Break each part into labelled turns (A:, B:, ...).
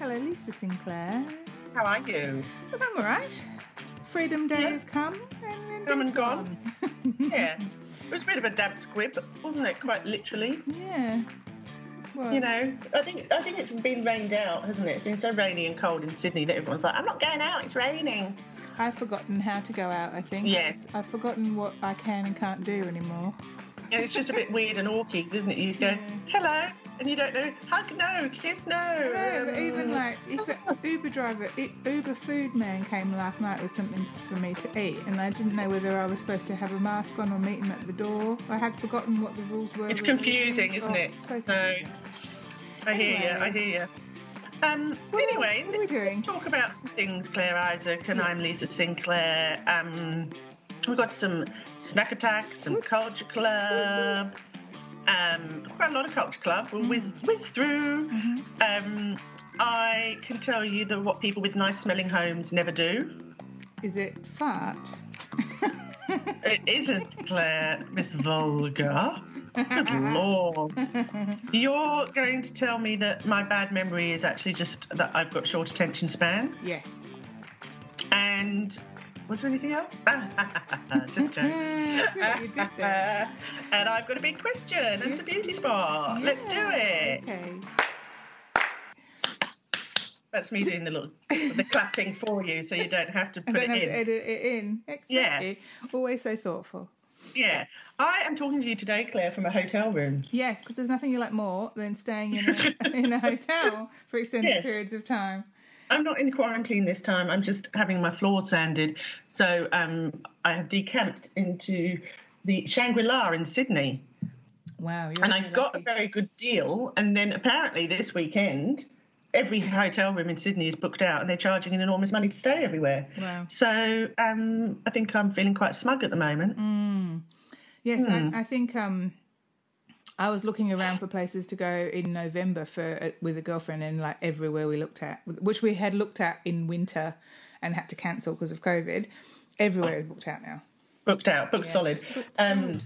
A: Hello, Lisa Sinclair.
B: How are you?
A: Look, I'm all right. Freedom Day
B: Yeah.
A: has come and then
B: Come
A: been
B: and gone. Yeah. It was a bit of a dab squib, wasn't it? Quite literally.
A: yeah. Well,
B: You know, I think I think it's been rained out, hasn't it? It's been so rainy and cold in Sydney that everyone's like, "I'm not going out. It's raining."
A: I've forgotten how to go out, I think.
B: Yes.
A: I've forgotten what I can and can't do anymore.
B: And it's just a bit weird and orchids, isn't it? You go, "Hello," and you don't know, "Hug no, kiss no."
A: No, but even
B: um,
A: like if an Uber driver, U- Uber food man came last night with something for me to eat, and I didn't know whether I was supposed to have a mask on or meet him at the door. I had forgotten what the rules were.
B: It's
A: with all these
B: confusing,
A: things.
B: isn't
A: Oh,
B: it? Uh.
A: So
B: No.
A: confusing.
B: I hear you.
A: Anyway.
B: I hear you. Um, anyway,
A: what are we doing?
B: let's talk about some things, Claire Isaac, and I'm Lisa Sinclair. Um, we've got some snack attack, some culture club, um, quite a lot of culture club. We'll
A: Mm-hmm.
B: whiz, whiz through. Um, I can tell you that what people with nice smelling homes never do.
A: Is it fart?
B: It isn't Claire, Miss Vulgar. Good lord. You're going to tell me that my bad memory is actually just that I've got short attention span.
A: Yes.
B: And was there anything else? just jokes.
A: I see what you did there.
B: and I've got a big question. and It's a beauty spa. Let's do
A: Yeah,
B: it.
A: Okay.
B: That's me doing the little the clapping for you, so you don't have to
A: I
B: put it
A: don't have
B: in.
A: to edit it in. Exactly.
B: Yeah.
A: Always so thoughtful.
B: Yeah, I am talking to you today, Claire, from a hotel room.
A: Yes, because there's nothing you like more than staying in a, in a hotel for extended
B: Yes.
A: periods of time.
B: I'm not in quarantine this time. I'm just having my floor sanded. So um, I have decamped into the Shangri La in Sydney.
A: Oh, Wow. You're
B: And I
A: really
B: got a
A: lucky.
B: very good deal. And then apparently this weekend, every hotel room in Sydney is booked out and they're charging an enormous money to stay everywhere.
A: Wow.
B: So um, I think I'm feeling quite smug at the moment.
A: Mm. Yes,
B: Hmm.
A: I, I think um, I was looking around for places to go in November for uh, with a girlfriend, and like everywhere we looked at, which we had looked at in winter and had to cancel because of COVID, everywhere is booked out now.
B: Booked out, booked solid.
A: Booked
B: Um,
A: solid.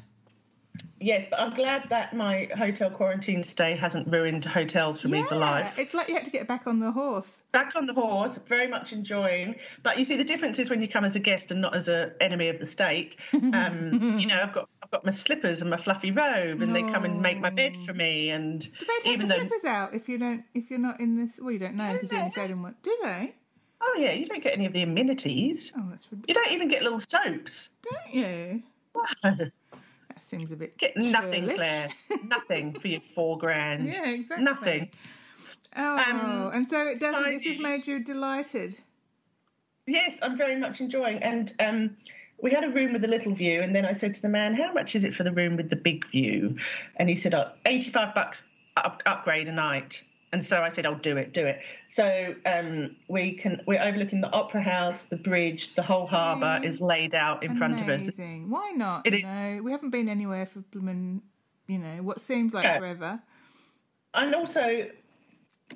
B: yes, but I'm glad that my hotel quarantine stay hasn't ruined hotels for me for life.
A: Yeah, it's like you had to get back on the horse.
B: back on the horse, very much enjoying. But you see, the difference is when you come as a guest and not as an enemy of the state. Um, you know, I've got I've got my slippers and my fluffy robe, and they come and make my bed for me. And
A: Oh. Do they take
B: even
A: the
B: though,
A: slippers out if you don't if you're not in this? Well, you don't know because you only
B: they?
A: stayed in one. Do they?
B: oh yeah, you don't get any of the amenities.
A: Oh, that's ridiculous.
B: You don't even get little soaps.
A: Don't you?
B: No.
A: That seems a bit
B: Get nothing,
A: churlish.
B: Claire. nothing for your four grand.
A: Yeah, exactly.
B: Nothing.
A: Oh,
B: Um,
A: and so it doesn't. This
B: Chinese.
A: has made you delighted.
B: Yes, I'm very much enjoying. And um, we had a room with a little view, and then I said to the man, "How much is it for the room with the big view?" And he said, oh, "85 bucks up, upgrade a night." And so I said, "I'll do it, do it." So um, we can we're overlooking the Opera House, the bridge, the whole harbour is laid out in front of us.
A: Amazing. Why not?
B: It
A: you
B: is-
A: know? we haven't been anywhere for bloomin', you know, what seems like
B: No.
A: forever.
B: And also,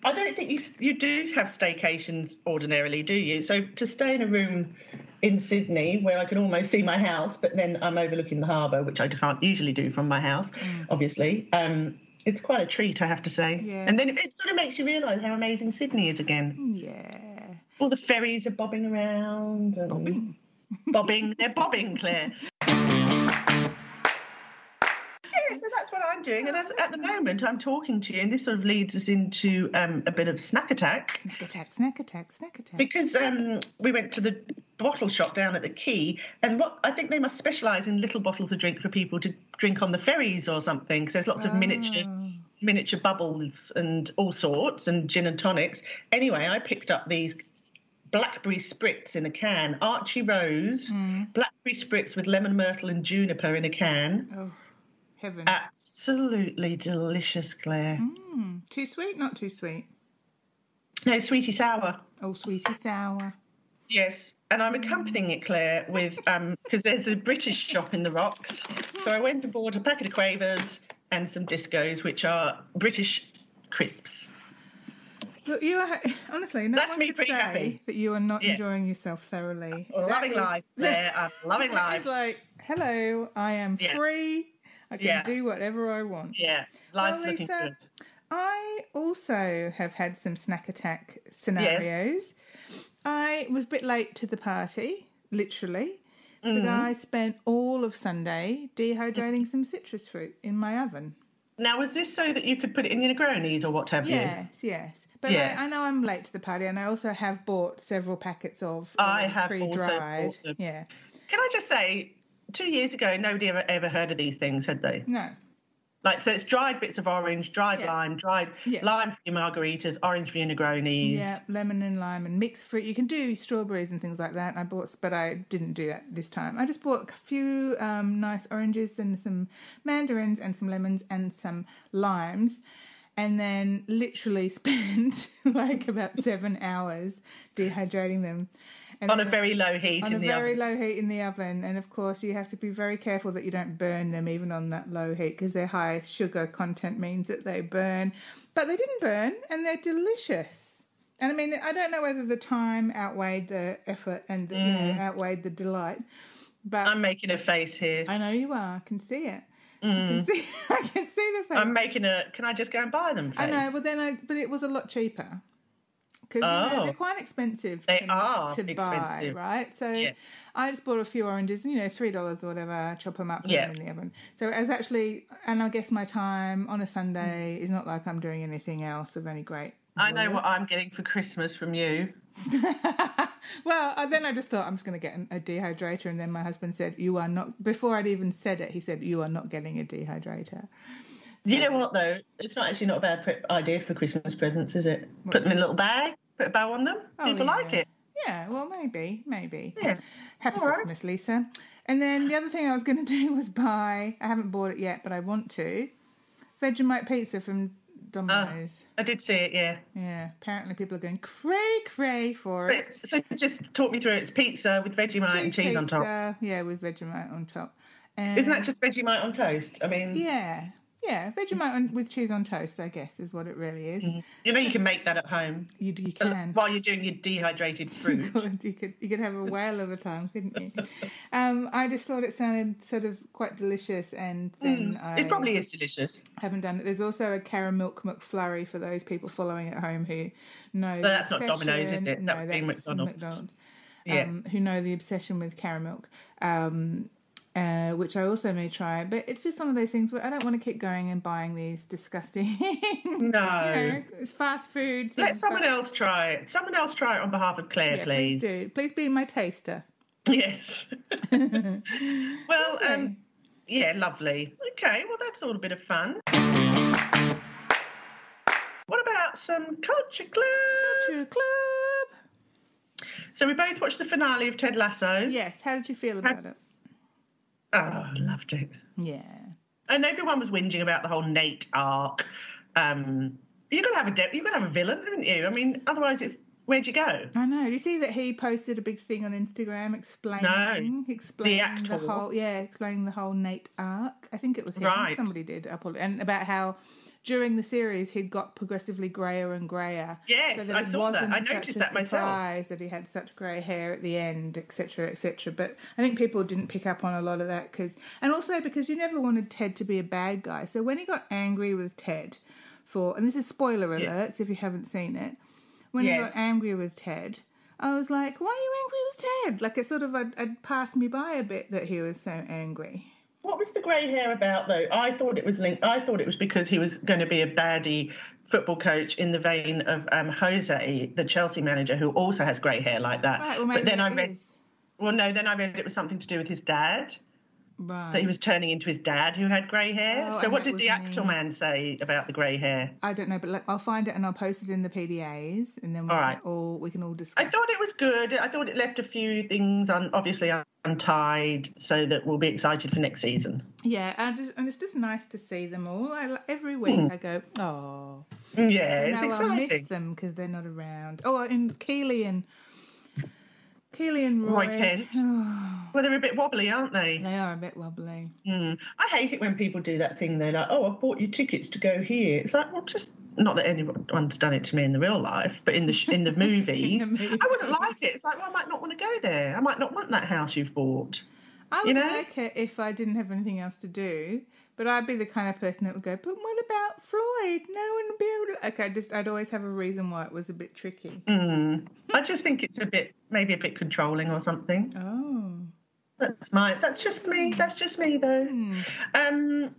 B: I don't think you you do have staycations ordinarily, do you? So to stay in a room in Sydney where I can almost see my house, but then I'm overlooking the harbour, which I can't usually do from my house, obviously. Um, it's quite a treat, I have to say.
A: Yeah.
B: And then it, it sort of makes you realise how amazing Sydney is again.
A: Yeah.
B: All the ferries are bobbing around. And bobbing. bobbing. They're bobbing, Claire. Yeah, so that's what I'm doing. And at, at the moment, I'm talking to you, and this sort of leads us into um, a bit of snack attack
A: Snack attack, snack attack, snack attack.
B: because um, we went to the bottle shop down at the quay, and what I think they must specialise in little bottles of drink for people to drink on the ferries or something. Because there's lots of miniature miniature bubbles and all sorts, and gin and tonics. Anyway, I picked up these blackberry spritz in a can, Archie Rose blackberry spritz with lemon myrtle and juniper in a can.
A: Oh, heaven.
B: Absolutely delicious, Claire.
A: too sweet, not too sweet.
B: No, sweetie sour.
A: Oh, sweetie sour.
B: Yes, and I'm accompanying it, Claire, with um because there's a British shop in the rocks. So I went and bought a packet of quavers and some discos, which are British crisps.
A: Look, you are honestly. No
B: That's
A: one
B: me
A: could
B: pretty
A: say
B: happy.
A: that you are not
B: Yeah. Oh,
A: enjoying yourself thoroughly.
B: Loving
A: That is-
B: life, Claire. I'm loving
A: That is
B: life.
A: like, hello, I am
B: Yeah.
A: free. I can
B: Yeah.
A: do whatever I want.
B: Yeah, life's
A: Well,
B: looking
A: Lisa,
B: good.
A: I also have had some snack attack scenarios. I was a bit late to the party, literally,
B: Mm-hmm.
A: but I spent all of Sunday dehydrating some citrus fruit in my oven.
B: Now, was this so that you could put it in your Negronis or what have you?
A: Yes, yes. But
B: Yeah.
A: I, I know I'm late to the party, and I also have bought several packets of
B: I
A: um,
B: have also
A: pre-dried.
B: bought them.
A: Yeah,
B: Can I just say, two years ago, nobody ever, ever heard of these things, had they?
A: no,
B: Like, so it's dried bits of orange, dried
A: Yeah.
B: lime, dried
A: Yeah.
B: lime for your margaritas, orange for your Negronis.
A: yeah, lemon and lime and mixed fruit. You can do strawberries and things like that. And I bought, but I didn't do that this time. I just bought a few um, nice oranges and some mandarins and some lemons and some limes. And then literally spent like about seven hours dehydrating them. And
B: On a
A: then-
B: very low heat
A: on
B: in
A: a
B: the
A: very
B: oven.
A: low heat in the oven and of course you have to be very careful that you don't burn them even on that low heat because their high sugar content means that they burn but they didn't burn and they're delicious and i mean i don't know whether the time outweighed the effort and you
B: Mm.
A: know, outweighed the delight but
B: I'm making a face here.
A: i know you are i can see it I can see, I can see the face.
B: mm. I'm making a. Can I just go and buy them? Please?
A: I know, but then I, but it was a lot cheaper because you know,
B: Oh.
A: they're quite expensive.
B: They
A: to,
B: are
A: to buy,
B: expensive.
A: right? So
B: Yeah.
A: I just bought a few oranges, you know, three dollars or whatever. Chop them up, put
B: Yeah.
A: them in the oven. So it was actually, and I guess my time on a Sunday is not like I'm doing anything else of any great.
B: I know
A: worth.
B: what I'm getting for Christmas from you.
A: well, I- then I just thought I'm just going to get an- a dehydrator, and then my husband said, "You are not." Before I'd even said it, he said, "You are not getting a dehydrator."
B: You know what though? It's not actually not a bad pre- idea for Christmas presents, is it? Put them in a little bag, put a bow on them.
A: Oh,
B: People
A: yeah.
B: like it.
A: Yeah, well, maybe, maybe.
B: Yeah.
A: Happy
B: All right.
A: Christmas, Lisa. And then the other thing I was going to do was buy, I haven't bought it yet, but I want to, Vegemite pizza from Domino's.
B: I did see it, yeah.
A: Yeah, apparently people are going cray cray for
B: But,
A: it.
B: so just talk me through it. It's pizza with Vegemite and cheese on top.
A: pizza, Yeah, with Vegemite on top. And
B: Isn't that just Vegemite on toast? I mean,
A: Yeah, yeah, Vegemite on, with cheese on toast, I guess, is what it really is.
B: you know you can make that at home
A: You, you can.
B: while you're doing your dehydrated fruit.
A: God, you could you could have a whale of a time, couldn't you? um, I just thought it sounded sort of quite delicious, and then I
B: Hmm. It probably is delicious.
A: haven't done it. There's also a caramel McFlurry for those people following at home who know.
B: But that's not Domino's, is it?
A: No,
B: That would be
A: that's
B: McDonald's.
A: McDonald's.
B: Yeah.
A: Um, who know the obsession with caramel, um, uh, which I also may try. But it's just one of those things where I don't want to keep going and buying these disgusting, you
B: No.
A: know, fast food.
B: Let
A: things,
B: someone
A: but-
B: else try it. Someone else try it on behalf of Claire,
A: Yeah,
B: please.
A: please do. Please be my taster.
B: Yes. well, um, yeah, lovely. Okay, well, that's all a bit of fun. What about some culture club?
A: True club.
B: So we both watched the finale of Ted Lasso.
A: Yes. How did you feel about it?
B: Oh, loved it.
A: Yeah.
B: And everyone was whinging about the whole Nate arc. Um, you've got to have a de- you've got to have a villain, haven't you? I mean, otherwise, it's where'd you go?
A: I know. Do you see that he posted a big thing on Instagram explaining explaining
B: The
A: the
B: actor.
A: whole yeah, explaining the whole Nate arc. I think it was him.
B: Right.
A: Somebody did up and about how during the series he'd got progressively grayer and grayer.
B: Yes, I saw that. I
A: such
B: noticed
A: a
B: that myself.
A: surprise that he had such grey hair at the end, etc., etc. But I think people didn't pick up on a lot of that because, and also because you never wanted Ted to be a bad guy. So when he got angry with Ted for, and this is spoiler alerts if you haven't seen it, when he
B: Yes.
A: got angry with Ted. I was like, "Why are you angry with Ted?" Like it sort of I'd, I'd passed me by a bit that he was so angry.
B: What was the grey hair about though? I thought it was linked. I thought it was because he was going to be a baddie football coach in the vein of um, Jose, the Chelsea manager, who also has grey hair like that.
A: Right, well, maybe
B: but then
A: it
B: I read,
A: is.
B: well, no, then I read it was something to do with his dad.
A: Right.
B: That he was turning into his dad, who had grey hair.
A: Oh,
B: so
A: and
B: what
A: that
B: did
A: was
B: the actual
A: me.
B: man say about the grey hair?
A: I don't know, but like, I'll find it and I'll post it in the PDAs, and then we
B: All
A: can
B: right.
A: all we can all discuss.
B: I thought it was good. I thought it left a few things un- obviously untied, so that we'll be excited for next season.
A: Yeah, and it's, and it's just nice to see them all. I, li- every week I go, oh,
B: Hmm. Yeah,
A: and
B: it's
A: now I
B: exciting.
A: miss them because they're not around. Oh, and Keely and Keely and Roy,
B: Roy Kent. well, they're a bit wobbly, aren't they?
A: they are a bit wobbly.
B: Mm. I hate it when people do that thing. They're like, "Oh, I've bought you tickets to go here." It's like, well, just not that anyone's done it to me in the real life, but in the sh- in the movies,
A: movies.
B: I wouldn't like it. It's like, well, I might not want to go there. I might not want that house you've bought.
A: I would
B: You know?
A: like it if I didn't have anything else to do, But I'd be the kind of person that would go, but what about Floyd? No one would be able to. Okay, just I'd always have a reason why it was a bit tricky.
B: Mm. I just think it's a bit, maybe a bit controlling or something.
A: Oh,
B: That's my, that's just me. That's just me though. Um,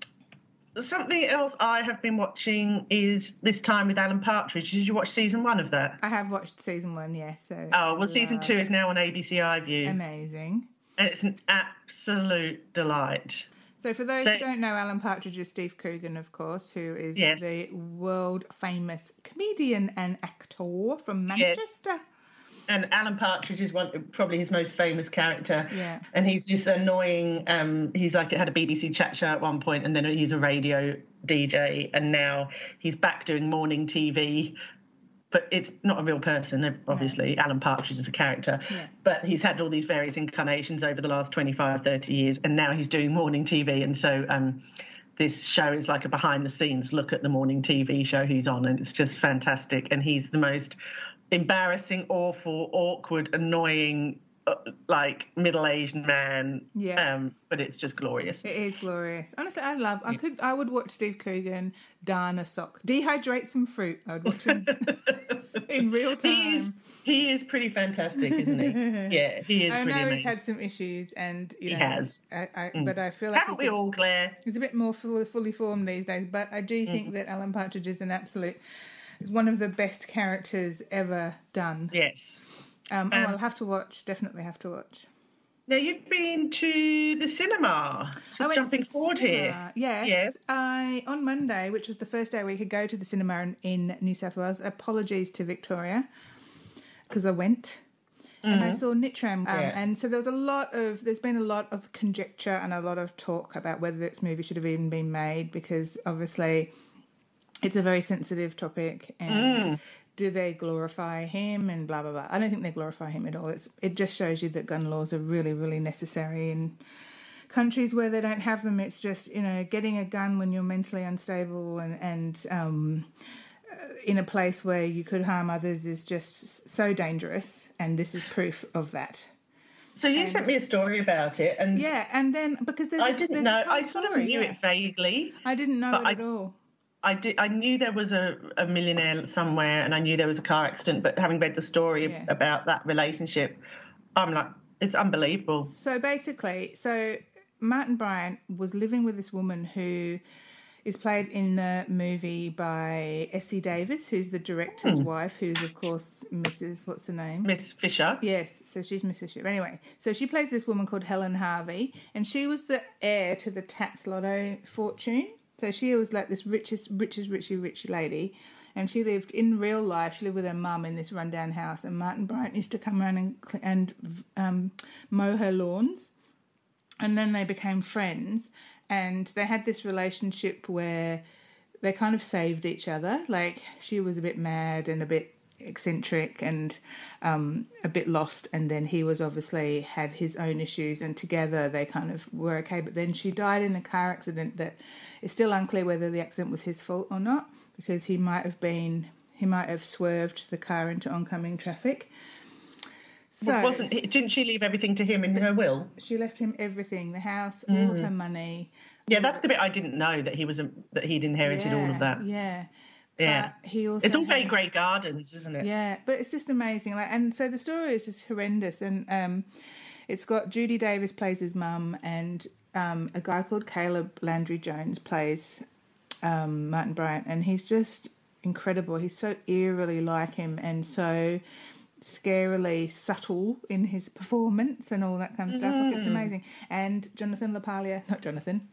B: something else I have been watching is this time with Alan Partridge. Did you watch season one of that?
A: I have watched season one, yes. so
B: Oh well, season two is now on ABC iView,
A: amazing.
B: and it's an absolute delight.
A: So, for those
B: So-
A: who don't know, Alan Partridge is Steve Coogan, of course, who is
B: Yes.
A: the world famous comedian and actor from
B: Yes.
A: Manchester.
B: And Alan Partridge is one probably his most famous character.
A: Yeah.
B: And he's this annoying. Um, he's like had a BBC chat show at one point, and then he's a radio DJ, and now he's back doing morning TV. But it's not a real person, obviously. Alan Partridge is a character.
A: Yeah.
B: But he's had all these various incarnations over the last 25, 30 years, and now he's doing morning TV. And so um, this show is like a behind the scenes look at the morning TV show he's on, and it's just fantastic. And he's the most embarrassing, awful, awkward, annoying, uh, like middle aged man.
A: Yeah.
B: Um, but it's just glorious.
A: It is glorious. Honestly, I love. I could. I would watch Steve Coogan darn a sock, dehydrate some fruit. I would watch him in real
B: He is,
A: time.
B: he is pretty fantastic, isn't he? yeah, he is
A: I
B: pretty
A: know he's
B: amazing.
A: had some issues, and you know,
B: has. Mm.
A: I, I, but I feel like
B: Haven't
A: he's
B: we
A: a-
B: all, Claire?
A: He's a bit more full, fully formed these days, but I do
B: Mm.
A: think that Alan Partridge is an absolute, is one of the best characters ever done.
B: Yes.
A: Um, oh, I'll have to watch. Definitely have to watch.
B: Now you've been to the cinema.
A: I went to the
B: jumping forward here.
A: cinema. Yes,
B: Yes.
A: I on Monday, which was the first day we could go to the cinema in, in New South Wales. Apologies to Victoria because I went. And I saw Nitram, um,
B: Yeah.
A: and so there was a lot of there's been a lot of conjecture and a lot of talk about whether this movie should have even been made because obviously it's a very sensitive topic and do they glorify him and blah blah blah. I don't think they glorify him at all. It's it just shows you that gun laws are really really necessary in countries where they don't have them. It's just you know getting a gun when you're mentally unstable and and um, uh, in a place where you could harm others is just so dangerous. And this is proof of that.
B: So you sent me a story about it, and
A: Yeah, and then because there's
B: I didn't
A: there's
B: know.
A: this whole
B: I sort of
A: story,
B: knew
A: yeah.
B: it vaguely.
A: I didn't know it
B: I-
A: at all.
B: I did. I knew there was a, a millionaire somewhere, and I knew there was a car accident. But having read the story
A: Yeah.
B: about that relationship, I'm like, it's unbelievable.
A: So basically, so Martin Bryant was living with this woman who is played in the movie by Essie Davis, who's the
B: Hmm.
A: director's wife, who's of course Mrs. What's her name?
B: Miss Fisher.
A: Yes, so she's Mrs. Ship. Anyway, so she plays this woman called Helen Harvey, and she was the heir to the Tats Lotto fortune. So she was like this richest, richest, richy, rich lady. And she lived in real life. She lived with her mum in this rundown house, and Martin Bryant used to come around and cl- and um, mow her lawns and then they became friends and they had this relationship where they kind of saved each other like she was a bit mad and a bit eccentric and um, a bit lost and then he was obviously had his own issues and together they kind of were okay but then she died in a car accident that it's still unclear whether the accident was his fault or not because he might have been he might have swerved the car into oncoming traffic so
B: Wasn't didn't she leave everything to him in her will?
A: she left him everything the house all of her money
B: Yeah, that's the bit I didn't know that he was a, that he'd inherited all of that.
A: Yeah.
B: Yeah.
A: But he also
B: It's all very
A: had-
B: Grey Gardens, isn't it?
A: Yeah, but it's just amazing. Like and so the story is just horrendous and um it's got Judy Davis plays his mum and um a guy called Caleb Landry Jones plays um Martin Bryant and he's just incredible. He's so eerily like him and so scarily subtle in his performance and all that kind of stuff. Like,
B: Mm.
A: it's amazing. And Jonathan LaPaglia, not Jonathan,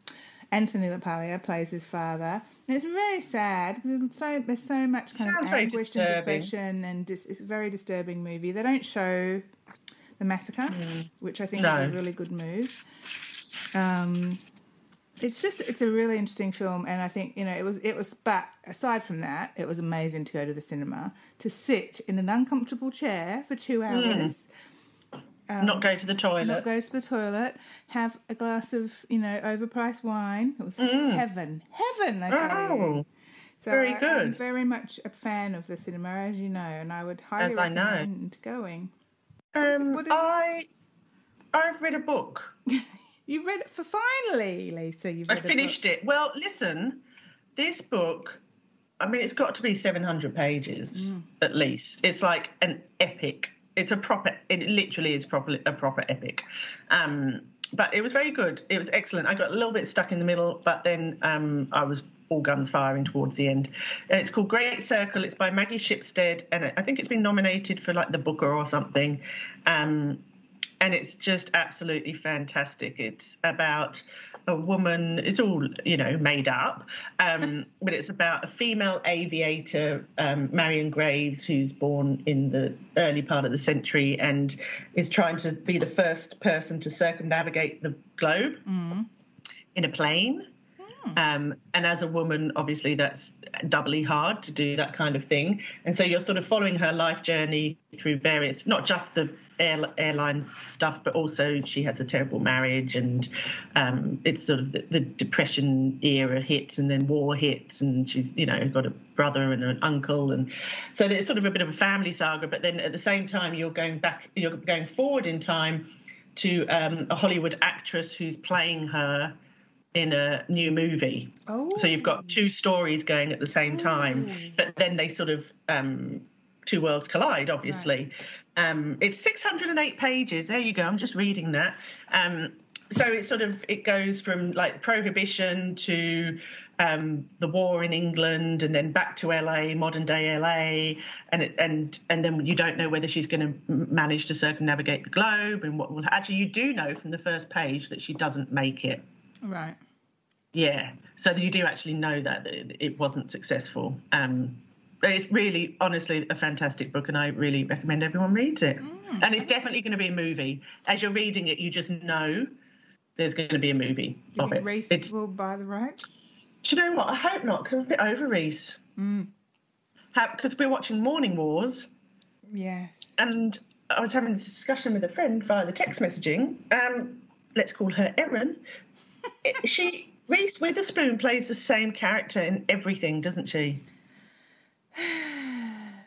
A: Anthony LaPaglia plays his father. And it's very sad. There's so, there's so much kind
B: Sounds
A: of
B: very
A: anguish and
B: disturbing.
A: depression, and dis- it's a very disturbing movie. They don't show the massacre, which I think
B: Mm. No.
A: is a really good move. Um, it's just it's a really interesting film, and I think you know it was it was. But aside from that, it was amazing to go to the cinema to sit in an uncomfortable chair for two hours,
B: Mm. Not go to the toilet.
A: not go to the toilet, have a glass of you know overpriced wine. It was heaven, heaven. I tell you.
B: Mm. oh,
A: So
B: Very
A: I, I'm
B: good.
A: very much a fan of the cinema, as you know, and I would highly
B: As I know.
A: recommend going.
B: um,
A: What is-
B: I I've read a book.
A: You've read it for finally, Lisa. You've
B: I
A: read a book.
B: finished it. Well, listen, this book, I mean, it's got to be 700 pages
A: Mm.
B: at least. It's like an epic. It's a proper, it literally is proper, a proper epic. Um, but it was very good. It was excellent. I got a little bit stuck in the middle, but then um, I was all guns firing towards the end. And it's called Great Circle. It's by Maggie Shipstead, and I think it's been nominated for like the Booker or something. Um, and it's just absolutely fantastic. It's about a woman. It's all you know, made up, um, but it's about a female aviator, um, Marion Graves, who's born in the early part of the century and is trying to be the first person to circumnavigate the globe in a plane. Um, and as a woman, obviously, that's doubly hard to do that kind of thing. And so you're sort of following her life journey through various, not just the air, airline stuff, but also she has a terrible marriage, and um, it's sort of the, the depression era hits, and then war hits, and she's you know got a brother and an uncle, and so it's sort of a bit of a family saga. But then at the same time, you're going back, you're going forward in time to um, a Hollywood actress who's playing her in a new movie.
A: Oh,
B: So you've got two stories going at the same time, but then they sort of um, two worlds collide. Obviously, um, it's 608 pages. There you go. I'm just reading that. Um, so it sort of it goes from like prohibition to um, the war in England, and then back to LA, modern day LA, and it, and and then you don't know whether she's going to manage to circumnavigate the globe, and what will actually you do know from the first page that she doesn't make it.
A: right.
B: Yeah, so you do actually know that it it wasn't successful. Um, but it's really, honestly, a fantastic book, and I really recommend everyone reads it. And it's definitely going to be a movie. As you're reading it, you just know there's going to be a movie
A: Do you
B: of it.
A: think race
B: It's, do
A: will buy the right?
B: you know what? I hope not, because I'm a bit over Reese. Because we're watching Morning Wars,
A: Yes.
B: and I was having this discussion with a friend via the text messaging. Um, let's call her Erin. It- she Reese Witherspoon plays the same character in everything, doesn't she?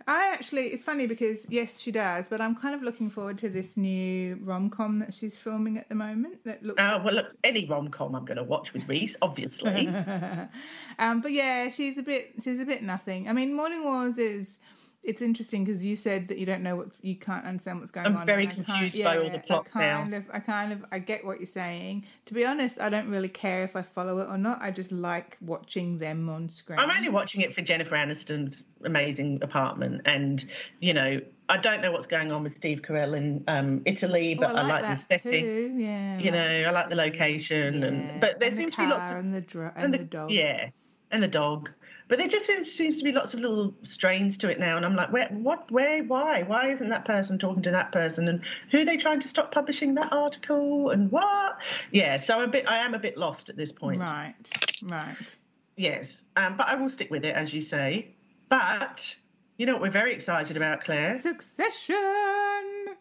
A: I actually, it's funny because yes, she does, but I'm kind of looking forward to this new rom com that she's filming at the moment. That looks,
B: Oh well, look, any rom com I'm going to watch with Reese, obviously.
A: um, but yeah, she's a bit, she's a bit nothing. I mean, Morning Wars is, it's interesting because you said that you don't know what's, you can't understand what's going
B: I'm
A: on.
B: very
A: and I can't-
B: confused by all the plot
A: I
B: now.
A: kind of, I kind of, I get what you're saying. To be honest, I don't really care if I follow it or not. I just like watching them on screen.
B: I'm only watching it for Jennifer Aniston's amazing apartment, and you know, I don't know what's going on with Steve Carell in um, Italy,
A: Oh,
B: but I like, the
A: that
B: setting.
A: too, Yeah,
B: You know, I like the location,
A: Yeah,
B: and but there
A: and the
B: seems to be lots
A: car
B: of
A: and the dr- and, the, dog.
B: Yeah, and the dog. But there just seems, seems to be lots of little strains to it now, and I'm like, where, what, where, why, why isn't that person talking to that person, and who are they trying to stop publishing that article, and what? Yeah, so I'm a bit, I am a bit lost at this point.
A: Right, right.
B: Yes, um, but I will stick with it as you say. But you know what we're very excited about, Claire.
A: Succession.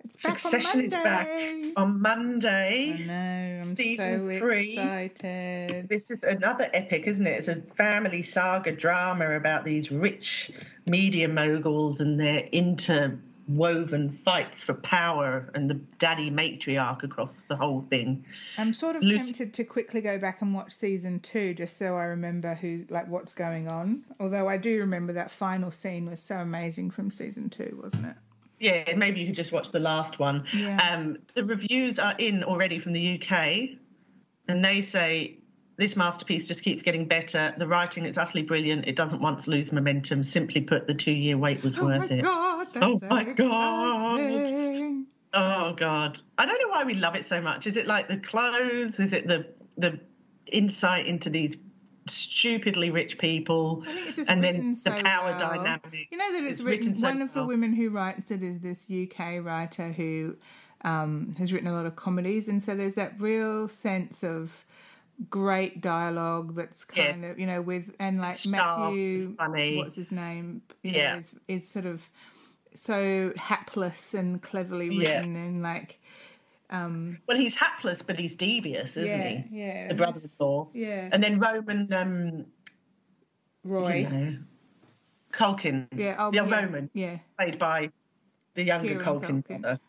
A: It's back
B: Succession
A: on
B: is back
A: Monday.
B: on
A: I
B: Monday.
A: know. I'm
B: Season
A: so
B: three.
A: excited.
B: This is another epic, isn't it? It's a family saga drama about these rich media moguls and their interwoven fights for power and the daddy matriarch across the whole thing.
A: I'm sort of
B: Lucy-
A: tempted to quickly go back and watch season two just so I remember who like what's going on. Although I do remember that final scene was so amazing from season two, wasn't it?
B: Yeah, maybe you could just watch the last one.
A: Yeah.
B: Um, the reviews are in already from the UK, and they say this masterpiece just keeps getting better. The writing is utterly brilliant. It doesn't once lose momentum. Simply put, the two-year wait was
A: Oh
B: worth
A: my
B: it.
A: god, that's
B: Oh
A: so
B: my God.
A: exciting.
B: Oh God, I don't know why we love it so much. Is it like the clothes? Is it the the insight into these stupidly rich people?
A: I think it's just
B: and
A: written
B: then the
A: so
B: power
A: well.
B: dynamic.
A: You know that it's,
B: It's
A: written.
B: written so
A: one of the
B: well.
A: women who writes it is this UK writer who um, has written a lot of comedies, and so there's that real sense of great dialogue that's kind
B: Yes.
A: of you know with and like
B: Sharp
A: Matthew,
B: and funny.
A: what's his name? You
B: Yeah.
A: know, is, is sort of so hapless and cleverly
B: Yeah.
A: written and like um,
B: Well, he's hapless, but he's devious, isn't
A: yeah,
B: he?
A: yeah,
B: The brother of Thor.
A: yeah,
B: And then Roman, um,
A: Roy,
B: you know, Culkin.
A: yeah, oh,
B: yeah, Roman.
A: yeah.
B: played by the younger
A: Kieran
B: Culkin,
A: Culkin.
B: brother.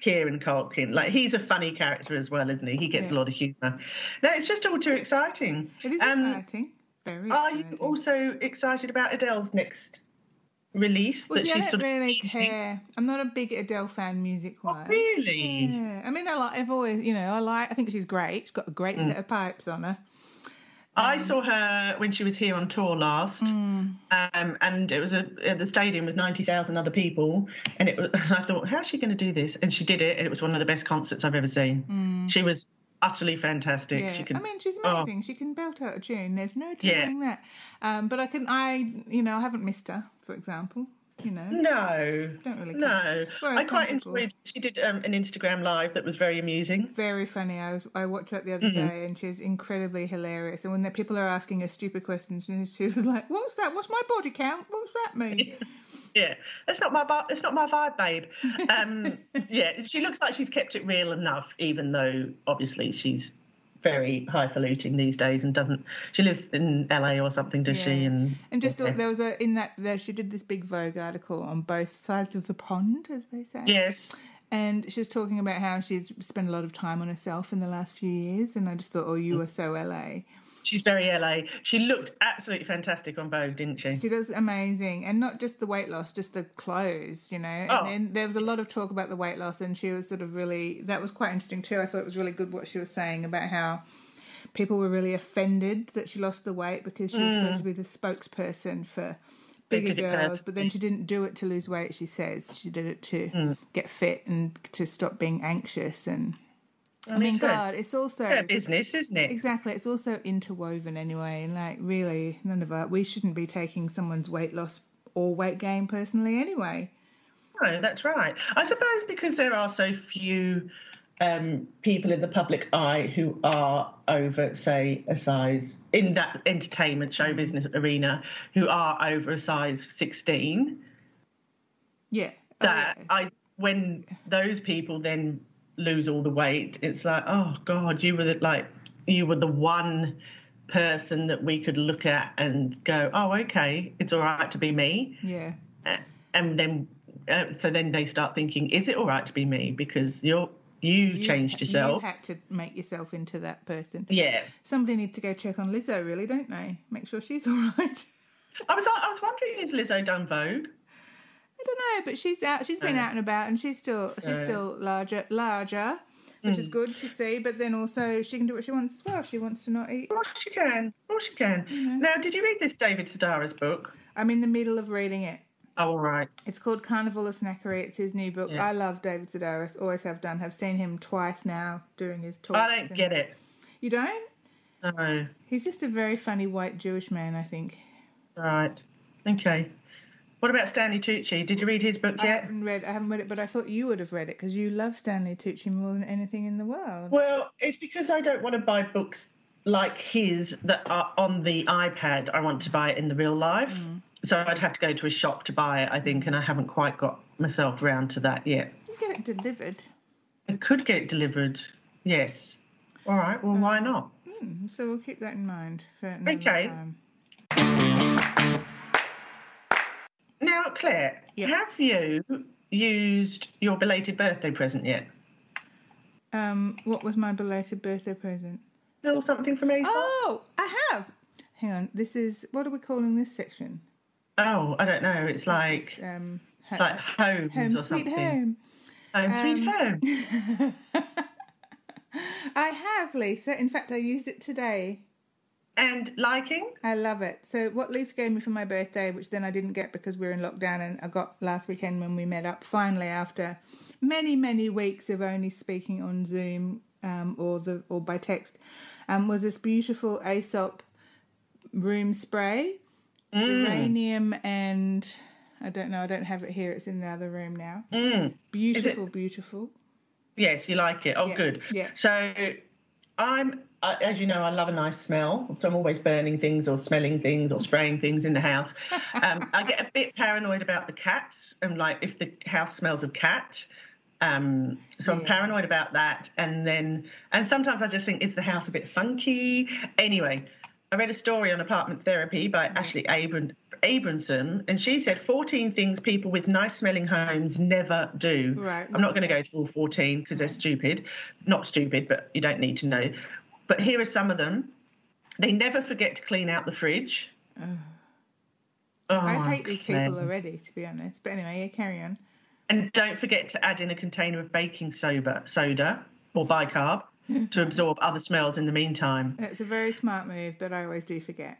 B: Kieran Culkin. Like he's a funny character as well, isn't he? He gets
A: Yeah.
B: a lot of humour. No, it's just all too exciting.
A: It is
B: Um,
A: exciting. Very
B: Are you
A: exciting.
B: also excited about Adele's next release?
A: Well, see, I
B: she's
A: don't really
B: teasing?
A: care. I'm not a big Adele fan music wise.
B: Oh, Really?
A: Yeah. I mean, I like, I've always, you know, I like, I think she's great. She's got a great
B: Mm.
A: set of pipes on her.
B: I saw her when she was here on tour last,
A: Hmm.
B: um, and it was a, at the stadium with ninety thousand other people, and it was, and I thought, how's she going to do this? And she did it, and it was one of the best concerts I've ever seen. She was utterly fantastic.
A: Hmm. Yeah.
B: She could,
A: I mean, she's
B: oh.
A: amazing. She can belt out a tune. There's no
B: Yeah.
A: denying that. Um, but I can, I, you know, I haven't missed her, for example. You know,
B: no,
A: Don't really
B: no.
A: care. Whereas
B: I quite
A: some people-
B: enjoyed. She did um, an Instagram live that was very amusing.
A: very funny. I was, I watched that the other
B: Mm-hmm.
A: day, and she's incredibly hilarious. And when the people are asking her stupid questions, and she was like, "What's that? What's my body count? What's that mean?"
B: Yeah, that's not my vi- that's not my vibe, babe. Um, yeah, she looks like she's kept it real enough, even though obviously she's very highfalutin these days and doesn't. She lives in LA or something, does she?
A: Yeah.
B: And
A: And just
B: yeah.
A: there was a in that there she did this big Vogue article on both sides of the pond, as they say.
B: yes,
A: And she was talking about how she's spent a lot of time on herself in the last few years, and I just thought, oh, you are so LA.
B: she's very LA. She looked absolutely fantastic on Vogue, didn't she?
A: She does amazing, and not just the weight loss, just the clothes, you know. And
B: Oh.
A: then there was a lot of talk about the weight loss, and she was sort of really that was quite interesting too. I thought it was really good what she was saying about how people were really offended that she lost the weight because she was supposed to be the spokesperson for bigger
B: Bigger
A: girls,
B: girls.
A: but then she didn't do it to lose weight. She says she did it to get fit and to stop being anxious. And I mean,
B: it's her-
A: God, it's also
B: Her business, isn't it?
A: Exactly. It's also interwoven anyway. And like, really, none of us, we shouldn't be taking someone's weight loss or weight gain personally anyway.
B: No, that's right. I suppose because there are so few um, people in the public eye who are over, say, a size in that entertainment
A: Mm.
B: show business arena who are over a size 16.
A: Yeah. Oh,
B: That
A: yeah.
B: I, when those people then lose all the weight, it's like, oh God, you were the, like, you were the one person that we could look at and go, oh, okay, it's all right to be me
A: Yeah.
B: and then uh, so then they start thinking is it all right to be me because you're you
A: You've-
B: changed yourself
A: You've had to make yourself into that person.
B: yeah
A: Somebody need to go check on Lizzo, really, don't they? Make sure she's all right.
B: i was i was wondering is lizzo done vogue
A: I don't know, but she's out. She's been out and about, and she's still she's
B: Yeah. Mm.
A: still larger, larger, which is good to see. But then also, she can do what she wants as well. She wants to not eat.
B: of course she can of course she can now did you read this david Sedaris book
A: I'm in the middle of reading it.
B: oh all right
A: It's called Carnival of Snackery. It's his new book.
B: Yeah.
A: I love David Sedaris. Always have done. Have seen him twice now doing his talks.
B: i don't
A: and-
B: get it
A: You don't?
B: no
A: He's just a very funny white Jewish man, I think.
B: right okay what about stanley tucci did you read his book
A: I
B: yet
A: haven't read. I haven't read it, but I thought you would have read it because you love Stanley Tucci more than anything in the world.
B: Well, it's because I don't want to buy books like his that are on the iPad. I want to buy it in the real life.
A: Mm.
B: So I'd have to go to a shop to buy it, I think, and I haven't quite got myself round to that yet.
A: You get it delivered.
B: I could get it delivered, yes. All right, well,
A: Mm.
B: why not?
A: So we'll keep that in mind for another
B: Okay.
A: time.
B: Now, Claire,
A: Yes.
B: have you used your belated birthday present yet?
A: Um, what was my belated birthday present?
B: A little something from ASOS? Oh.
A: Oh, I have. Hang on. This is what are we calling this section?
B: Oh, I don't know. It's like
A: It's, um,
B: it's like homes
A: home,
B: or
A: sweet
B: something.
A: home. Um,
B: Home sweet home.
A: I have, Lisa. In fact, I used it today.
B: And liking?
A: I love it. So, what Lisa gave me for my birthday, which then I didn't get because we were in lockdown, and I got last weekend when we met up finally after many, many weeks of only speaking on Zoom um, or the or by text, um, was this beautiful Aesop room spray, geranium, and I don't know. I don't have it here. It's in the other room now. Beautiful, beautiful.
B: Yes, you like it. Oh,
A: Yeah,
B: good.
A: yeah.
B: So, I'm, I- as you know, I love a nice smell. So I'm always burning things or smelling things or spraying things in the house. Um, I get a bit paranoid about the cats and like if the house smells of cat. Um, so
A: Hmm.
B: I'm paranoid about that. And then, and sometimes I just think, is the house a
A: Hmm.
B: bit funky? Anyway, I read a story on apartment therapy by Ashley Abram, Abramson, and she said 14 things people with nice smelling homes never do.
A: Right. Hmm.
B: I'm not going to go through all 14 because they're stupid. Not stupid, but you don't need to know. But here are some of them. They never forget to clean out the fridge. Oh,
A: I hate these
B: Claire.
A: people already, to be honest. But anyway, yeah, carry on.
B: And don't forget to add in a container of baking soda, soda or bicarb to absorb other smells in the meantime.
A: It's a very smart move, but I always do forget.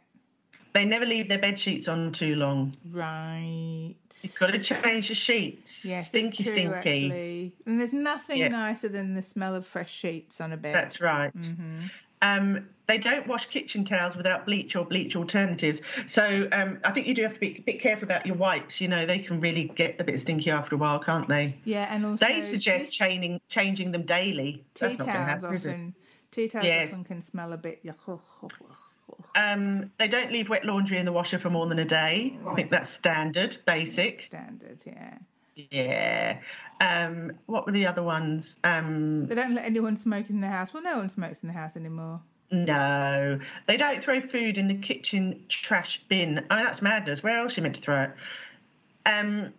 B: They never leave their bed sheets on too long.
A: Right.
B: You've got to change the sheets.
A: Yes, it's
B: stinky,
A: true,
B: stinky.
A: Actually. And there's nothing
B: Yeah.
A: nicer than the smell of fresh sheets on a bed.
B: That's right.
A: Mm-hmm.
B: Um, they don't wash kitchen towels without bleach or bleach alternatives. So um, I think you do have to be a bit careful about your whites. You know, they can really get a bit stinky after a while, can't they?
A: yeah, and also
B: They suggest
A: dish-
B: changing changing them daily.
A: tea
B: That's not going to
A: towels
B: happen, is it?
A: often. Tea towels
B: Yes.
A: often can smell a bit.
B: Um, they don't leave wet laundry in the washer for more than a day. I think that's standard, basic.
A: Standard, yeah.
B: Yeah. Um, what were the other ones? Um,
A: They don't let anyone smoke in the house. Well, no one smokes in the house anymore.
B: no, they don't throw food in the kitchen trash bin. I mean, that's madness. Where else are you meant to throw it? Um,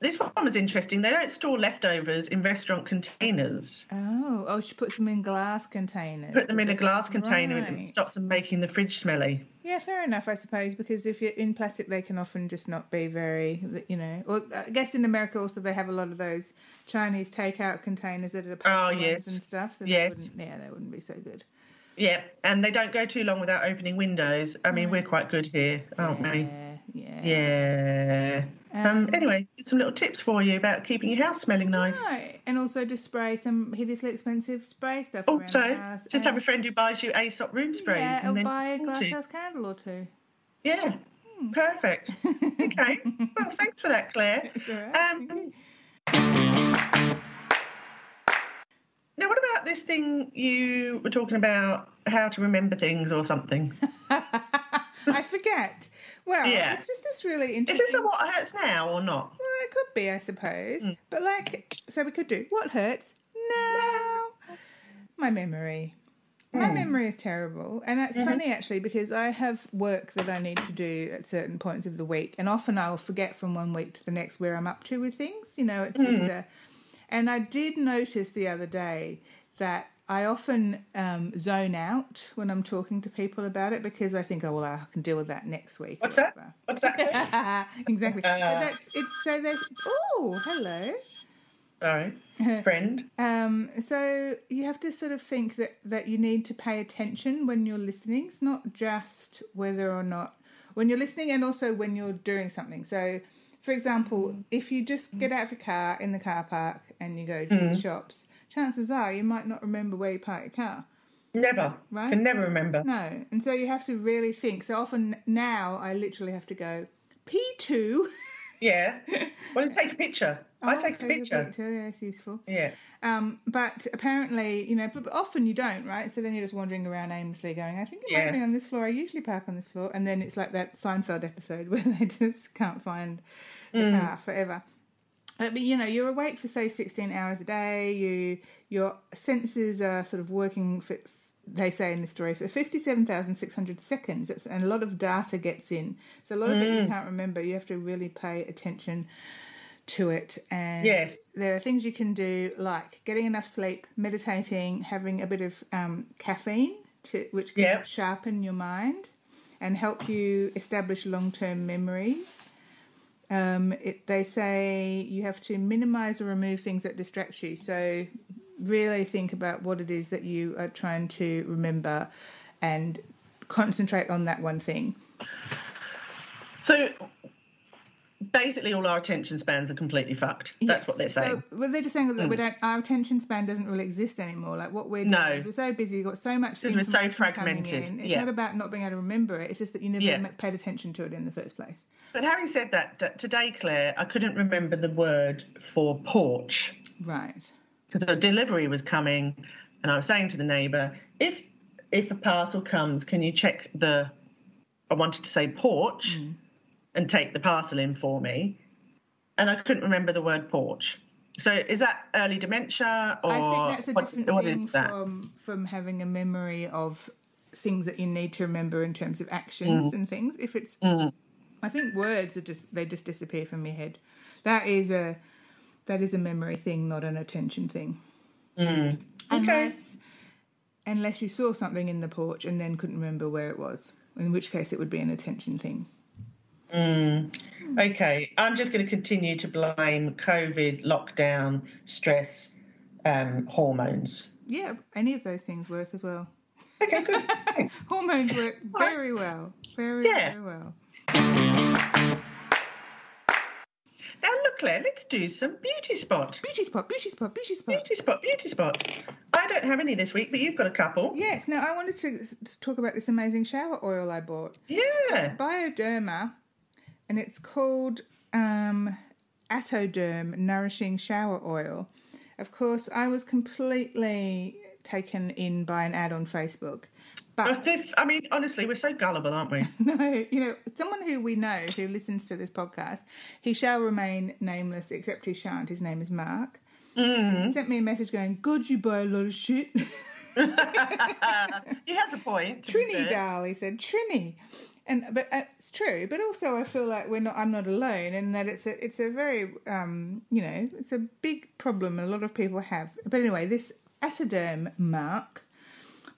B: this one was interesting. They don't store leftovers in restaurant containers.
A: Oh, oh, she puts them in glass containers.
B: Put them in a glass container and
A: Right.
B: it stops them making the fridge smelly.
A: Yeah, fair enough, I suppose, because if you're in plastic, they can often just not be very, you know. Or I guess in America also they have a lot of those Chinese takeout containers that are the
B: Oh,
A: ones
B: yes.
A: and stuff. So
B: Yes.
A: They wouldn't, yeah, they wouldn't be so good.
B: Yeah, and they don't go too long without opening windows. I mean, we're quite good here, aren't we?
A: Yeah, yeah.
B: Yeah. Oh, Um, anyway, some little tips for you about keeping your house smelling nice.
A: Right, and also just spray some hideously expensive spray stuff around the
B: Also,
A: house.
B: just have a friend who buys you Aesop room sprays
A: yeah,
B: and
A: or
B: then
A: buy a
B: send
A: glass Hmm.
B: to-
A: house candle or two.
B: Yeah. Perfect. okay. Well, thanks for that, Claire.
A: It's all right.
B: Um, now, what about this thing you were talking about? How to remember things or something?
A: I forget. Well,
B: Yeah.
A: it's just this really
B: Is
A: interesting.
B: this a what hurts now or not?
A: Well, it could be, I suppose.
B: Mm.
A: But like, so we could do what hurts now. My memory. My
B: Hmm.
A: memory is terrible, and it's
B: Mm-hmm.
A: funny actually because I have work that I need to do at certain points of the week, and often I will forget from one week to the next where I'm up to with things. You know, it's
B: Mm.
A: just a. And I did notice the other day that I often um, zone out when I'm talking to people about it because I think, oh well, I can deal with that next week. or
B: What's that?
A: whatever
B: What's that?
A: exactly. But
B: Uh.
A: that's, it's so that. Oh, hello.
B: Sorry, friend.
A: Um, so you have to sort of think that that you need to pay attention when you're listening. It's not just whether or not when you're listening, and also when you're doing something. So, for example,
B: Mm.
A: if you just get out of your car in the car park and you go to
B: Mm.
A: the shops, chances are you might not remember where you park your car.
B: Never.
A: Right?
B: Can never remember.
A: No, and so you have to really think. So often now, I literally have to go P two.
B: Yeah. Well, you take a picture. I take, a picture.
A: Yeah, it's useful.
B: Yeah.
A: Um, but apparently, you know, but but often you don't, right? So then you're just wandering around aimlessly, going, "I think it might
B: Yeah.
A: be on this floor. I usually park on this floor." And then it's like that Seinfeld episode where they just can't find the car forever. Uh, But you know, you're awake for say 16 hours a day. You your senses are sort of working for. They say in the story for 57,600 seconds, it's, and a lot of data gets in. So a lot of it you can't remember. You have to really pay attention to it. And
B: Yes.
A: there are things you can do like getting enough sleep, meditating, having a bit of um, caffeine, to, which can
B: Yeah.
A: sharpen your mind and help you establish long term memories. Um, it, they say you have to minimize or remove things that distract you. So, really think about what it is that you are trying to remember and concentrate on that one thing.
B: So basically, all our attention spans are completely fucked. That's what they're
A: Yes,
B: saying. Mm.
A: So, well, they're just saying that we don't. Our attention span doesn't really exist anymore. Like what we're doing
B: No.
A: is we're so busy, we've got so much.
B: we're so
A: information coming
B: fragmented,
A: in. It's
B: yeah.
A: not about not being able to remember it. It's just that you never
B: Yeah.
A: ma- paid attention to it in the first place.
B: but having said that, t- today, Claire, I couldn't remember the word for porch
A: Right.
B: because a delivery was coming, and I was saying to the neighbour, if if a parcel comes, can you check the? I wanted to say porch,
A: Mm.
B: and take the parcel in for me, and I couldn't remember the word porch. So is that early dementia, or
A: I think that's a
B: what's-
A: different
B: what
A: thing
B: is that?
A: from from having a
B: Mm.
A: memory of things that you need to remember in terms of actions and things. If it's I think words are just they just disappear from your head. That is a that is a memory thing, not an attention thing.
B: Mm.
A: Unless unless you saw something in the porch and then couldn't remember where it was. In which case it would be an attention thing.
B: Mm. Okay, I'm just going to continue to blame COVID, lockdown, stress, um, hormones.
A: Yeah, any of those things work as well.
B: Okay, good. Thanks.
A: Hormones work very well. Very,
B: Yeah.
A: very well.
B: Now, look, Claire, let's do some beauty spot.
A: Beauty spot, beauty spot, beauty spot.
B: Beauty spot, beauty spot. I don't have any this week, but you've got a couple.
A: Yes, now I wanted to s- to talk about this amazing shower oil I bought.
B: Yeah.
A: Bioderma, and it's called um, Atoderm Nourishing Shower Oil. Of course, I was completely taken in by an ad on Facebook.
B: I
A: But
B: think- I mean, honestly, we're so gullible, aren't we?
A: no, you know, someone who we know who listens to this podcast, he shall remain nameless, except he shan't. His name is Mark. Sent me a message going, God, you buy a lot of shit.
B: Uh, he has a point. to be
A: Trini,
B: fair.
A: doll, he said, Trini. And but uh, it's true. But also, I feel like we're not. I'm not alone, and that it's a it's a very um you know it's a big problem a lot of people have. But anyway, this Atoderm mark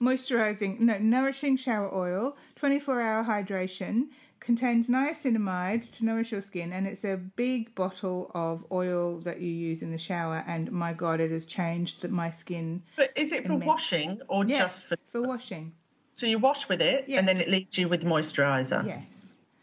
A: moisturizing no nourishing shower oil 24 hour hydration contains niacinamide to nourish your skin and it's a big bottle of oil that you use in the shower and my god it has changed that my skin
B: But is it for
A: Immense.
B: washing or
A: yes
B: just for?
A: for washing
B: So you wash with it,
A: Yeah.
B: and then it leaves you with moisturiser.
A: yes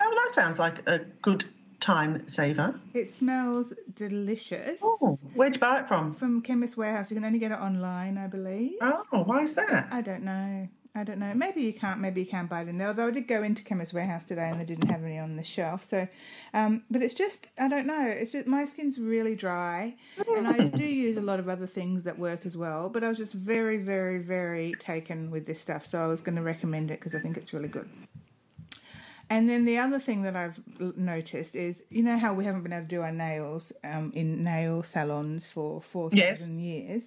B: Oh, well, that sounds like a good time saver.
A: It smells delicious.
B: Oh, where'd you buy it from?
A: From Chemist Warehouse, you can only get it online, I believe.
B: Oh, why is that?
A: I don't know. I don't know. Maybe you can't. Maybe you can buy it in there. Although I did go into Chemist Warehouse today and they didn't have any on the shelf. So, um, but it's just I don't know. It's just my skin's really dry, and I do use a lot of other things that work as well. But I was just very, very, very taken with this stuff. So I was going to recommend it because I think it's really good. And then the other thing that I've l- noticed is, you know how we haven't been able to do our nails um, in nail salons for four
B: Yes.
A: thousand years.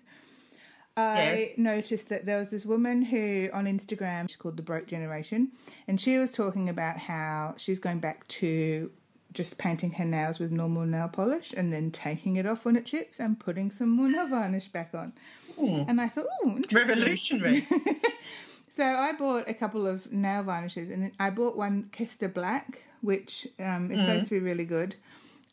A: I
B: Yes.
A: noticed that there was this woman who on Instagram she's called the Broke Generation, and she was talking about how she's going back to just painting her nails with normal nail polish and then taking it off when it chips and putting some more nail varnish back on. And I thought, oh,
B: Revolutionary.
A: so I bought a couple of nail varnishes, and I bought one Kester Black, which um, is supposed to be really good.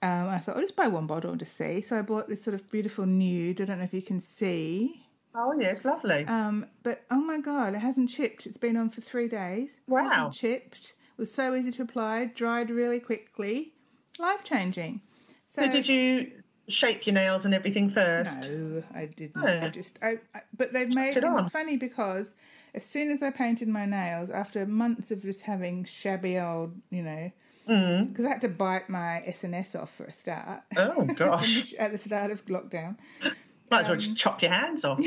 A: Um, I thought I'll just buy one bottle to see. So I bought this sort of beautiful nude. I don't know if you can see,
B: oh, yes, lovely.
A: um, but oh my god, it hasn't chipped. It's been on for three days.
B: Wow.
A: hasn't chipped. Was so easy to apply. Dried really quickly. Life changing.
B: so, did you shape your nails and everything first?
A: No, I didn't.
B: No.
A: I just, I, I, but they've made.
B: Oh. it
A: and
B: on.
A: it's funny because as soon as I painted my nails, after months of just having shabby old, you know,
B: Mm.
A: because I had to bite my SNS off for a start
B: Oh, gosh.
A: at the start of lockdown.
B: Might as well just chop your hands off.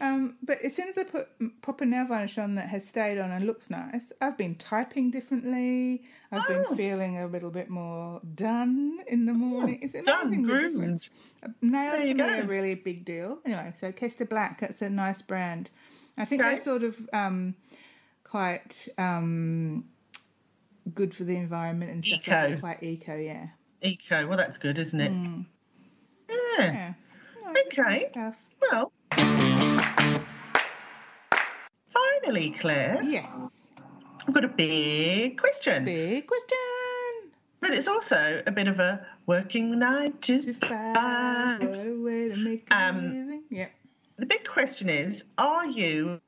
A: Um, but as soon as I put m- proper nail varnish on that has stayed on and looks nice, I've been typing differently. I've
B: Oh.
A: been feeling a little bit more done in the morning. It's
B: Done,
A: amazing the difference. Uh,
B: There
A: Nails
B: you
A: to me
B: go.
A: are really a big deal. Anyway, so Kester Black, that's a nice brand. I think
B: Okay.
A: they're sort of um, quite um, good for the environment and stuff like
B: Eco.
A: that. Quite eco, yeah.
B: Eco. Well, that's good, isn't it? Yeah.
A: Yeah. No, it's nice
B: Okay.
A: stuff.
B: Well, finally, Claire,
A: Yes.
B: I've got a big question,
A: Big question.
B: but it's also a bit of a working night
A: to
B: to
A: five.
B: five.
A: What a way to make a
B: Uh, Um,
A: living. Yep.
B: The big question is Are you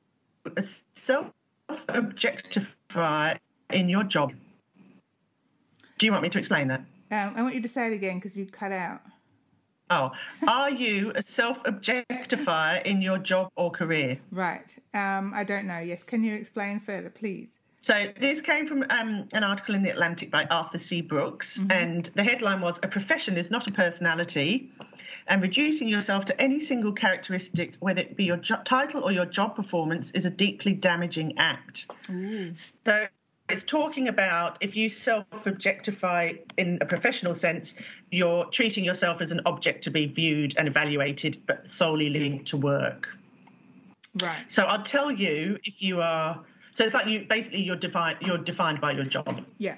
B: a self objectifier in your job? Do you want me to explain that?
A: Um, I want you to say it again because you cut out.
B: Oh, are you a self objectifier in your job or career?
A: Right. Um, I don't know. Yes. Can you explain further, please?
B: So this came from um, an article in the Atlantic by Arthur C. Brooks, and the headline was "A profession is not a personality," and reducing yourself to any single characteristic, whether it be your jo- title or your job performance, is a deeply damaging act. So it's talking about if you self-objectify in a professional sense, you're treating yourself as an object to be viewed and evaluated, but solely linked to work.
A: Right.
B: So I'll tell you if you are. So it's like you basically you're defined you're defined by your job.
A: Yeah.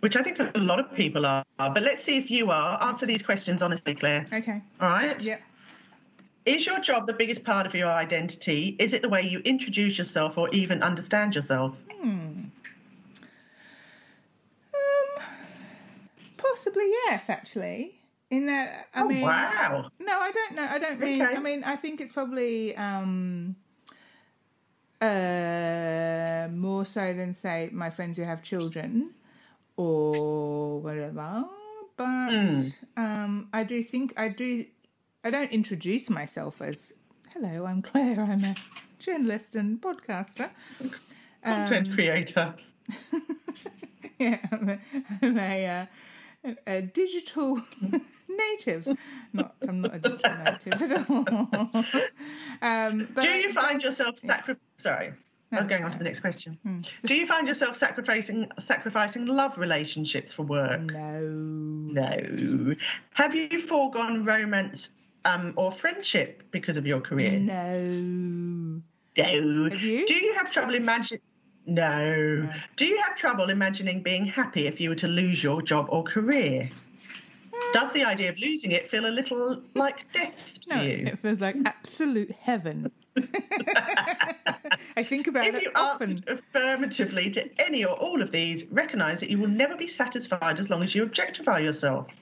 B: which I think a lot of people are. But let's see if you are. Answer these questions honestly, Claire.
A: Okay.
B: All right.
A: Yeah.
B: Is your job the biggest part of your identity? Is it the way you introduce yourself or even understand yourself?
A: Um, possibly yes, actually. In that, I
B: oh,
A: mean,
B: wow.
A: no, I don't know. I don't mean.
B: Okay.
A: I mean, I think it's probably um, uh, more so than say my friends who have children or whatever. But um, I do think I do. I don't introduce myself as "Hello, I'm Claire. I'm a journalist and podcaster." Um,
B: Content creator.
A: yeah, I'm a, I'm a, uh, a- a digital native. Not, I'm not a digital native at all. um, but
B: Do
A: it
B: you find
A: does-
B: yourself sacrificing? Sorry, I was
A: that's
B: going on to the next question.
A: Hmm.
B: Do you find yourself sacrificing sacrificing love relationships for work?
A: No,
B: No. Have you foregone romance um, or friendship because of your career?
A: no.
B: No.
A: Mm. Have you?
B: Do you have trouble imagine? No. Do you have trouble imagining being happy if you were to lose your job or career?
A: Mm.
B: Does the idea of losing it feel a little like death to
A: No,
B: you?
A: it feels like absolute heaven. I think about
B: If
A: it
B: you
A: often.
B: answered affirmatively to any or all of these, recognise that you will never be satisfied as long as you objectify yourself.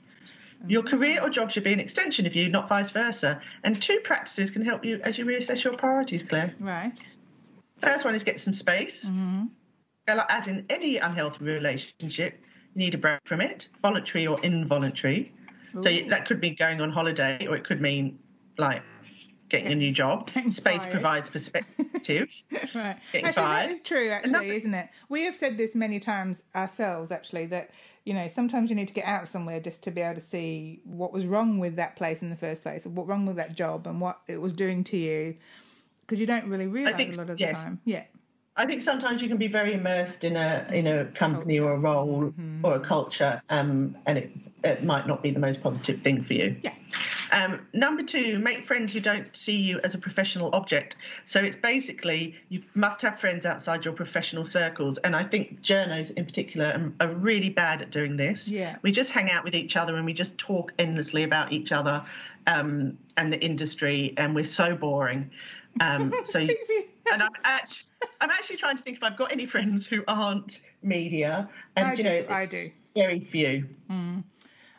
B: Your
A: Mm-hmm.
B: career or job should be an extension of you, not vice versa. And two practices can help you as you reassess your priorities, Claire.
A: Right.
B: First one is get some space.
A: Mm-hmm.
B: Well, As in any unhealthy relationship, you need a break from it, voluntary or involuntary. So
A: Ooh.
B: that could mean going on holiday, or it could mean like getting a new job.
A: Getting
B: Space
A: fired.
B: provides perspective.
A: Right.
B: Getting
A: actually, that
B: fired.
A: is true, actually,
B: Another-
A: isn't it? We have said this many times ourselves, actually, that, you know, sometimes you need to get out of somewhere just to be able to see what was wrong with that place in the first place, what wrong with that job and what it was doing to you, because you don't really realise
B: think
A: a
B: s-
A: lot of
B: yes.
A: the time. Yeah.
B: I think sometimes you can be very immersed in a in a company or a role
A: Mm-hmm.
B: or a culture, um, and it it might not be the most positive thing for you.
A: Yeah.
B: Um, number two, make friends who don't see you as a professional object. So it's basically you must have friends outside your professional circles, and I think journos in particular um, are really bad at doing this.
A: Yeah.
B: we just hang out with each other and we just talk endlessly about each other um, and the industry, and we're so boring. Um, so you, and I'm actually, I'm actually trying to think if I've got any friends who aren't media, and
A: I
B: you
A: do.
B: know,
A: I do.
B: very few.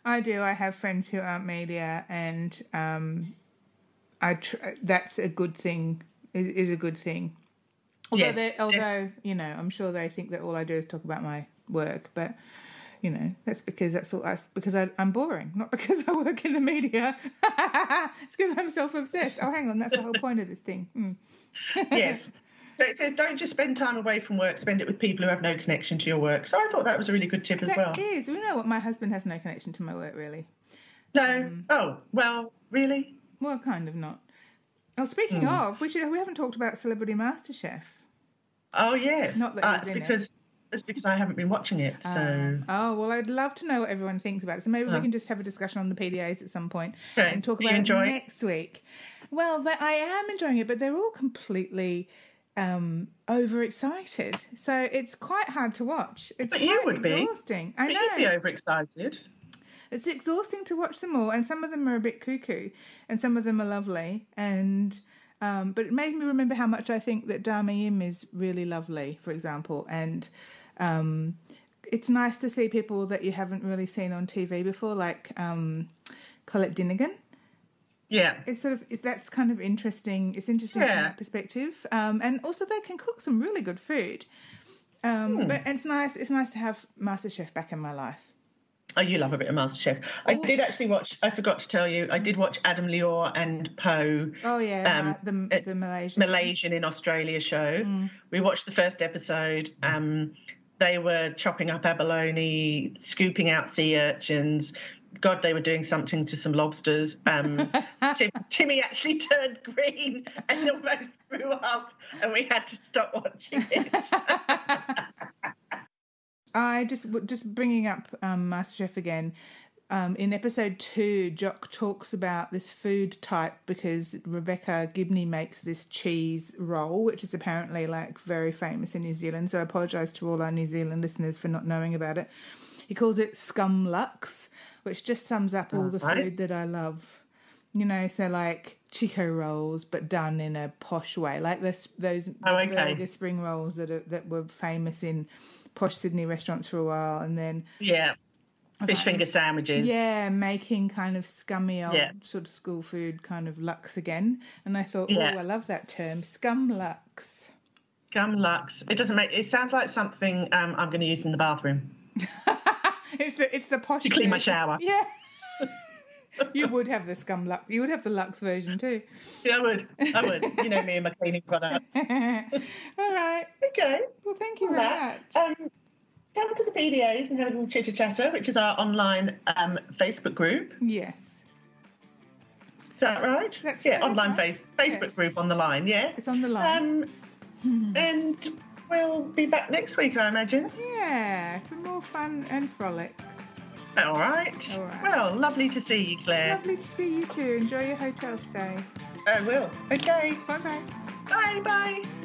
A: I do. I have friends who aren't media, and um, I tr- that's a good thing. Is, is a good thing. Although,
B: Yes,
A: they,
B: def-
A: although you know, I'm sure they think that all I do is talk about my work, but you know, that's because that's all. That's because I, I'm boring, not because I work in the media. it's because I'm self obsessed. Oh, hang on, that's the whole point of this thing. Hmm.
B: yes. So it says, don't just spend time away from work, spend it with people who have no connection to your work. So I thought that was a really good tip as well.
A: That is, you know what? My husband has no connection to my work, really.
B: No, oh, well, really?
A: Well, kind of not. Oh,
B: Hmm.
A: speaking of, we should we haven't talked about Celebrity MasterChef.
B: Oh, yes.
A: Not that
B: Uh,
A: he's
B: it's
A: in it.
B: because it's because I haven't been watching it. So
A: Oh well, I'd love to know what everyone thinks about it. So maybe we
B: Oh.
A: can just have a discussion on the PDAs at some point
B: Okay.
A: and talk
B: Do you
A: about it
B: enjoy it?
A: next week. Well, that I am enjoying it, but they're all completely um overexcited, so it's quite hard to watch. It's
B: But
A: quite
B: you would be.
A: exhausting. I
B: but
A: know
B: you'd be overexcited.
A: it's exhausting to watch them all, and some of them are a bit cuckoo, and some of them are lovely. And um, but it made me remember how much I think that Dharma Yim is really lovely, for example, and um, it's nice to see people that you haven't really seen on TV before, like um, Colette Dinigan
B: Yeah.
A: it's sort of it- that's kind of interesting. It's interesting from
B: Yeah.
A: that perspective, um, and also they can cook some really good food. Um,
B: Hmm.
A: But it's nice. It's nice to have MasterChef back in my life.
B: Oh, you love a bit of MasterChef. I
A: Oh.
B: did actually watch, I forgot to tell you, I did watch Adam Lior and Poe.
A: Oh yeah,
B: Um,
A: the
B: it-
A: the Malaysian.
B: Malaysian in Australia show. We watched the first episode. Um, they were chopping up abalone, scooping out sea urchins. God, they were doing something to some lobsters. Um, Tim, Timmy actually turned green and almost threw up, and we had to stop watching it.
A: I just w- just bringing up um, MasterChef again. Um, in episode two, Jock talks about this food type because Rebecca Gibney makes this cheese roll, which is apparently like very famous in New Zealand. So I apologise to all our New Zealand listeners for not knowing about it. He calls it scum lux, which just sums up all the
B: Right.
A: food that I love. You know, so like Chico rolls, but done in a posh way, like this, those
B: Oh,
A: the
B: okay.
A: burger spring rolls that are, that were famous in posh Sydney restaurants for a while, and then
B: Yeah. Fish finger sandwiches.
A: yeah, making kind of scummy old
B: Yeah.
A: sort of school food kind of lux again. And I thought,
B: Yeah.
A: oh, I love that term, scum lux.
B: Gum lux. It doesn't make. It sounds like something um, I'm going to use in the bathroom
A: It's the it's the posh.
B: to clean my
A: version.
B: shower.
A: Yeah. you would have the scum lux. You would have the lux version too.
B: Yeah, I would. I would. You know me and my cleaning products.
A: All right.
B: Okay.
A: Well, thank you very
B: that.
A: much.
B: Um, come to the PDAs and have a little chitter chatter, which is our online um, Facebook group.
A: yes,
B: Is that right?
A: That's
B: yeah,
A: right, that's
B: online
A: right.
B: face- Facebook
A: Yes.
B: group on the line. Yeah.
A: it's on the line.
B: Um, and we'll be back next week, I imagine.
A: yeah, for more fun and frolics.
B: All right.
A: All right.
B: Well, lovely to see you, Claire.
A: Lovely to see you too. Enjoy your hotel stay.
B: I will. Okay.
A: Bye bye.
B: Bye. Bye.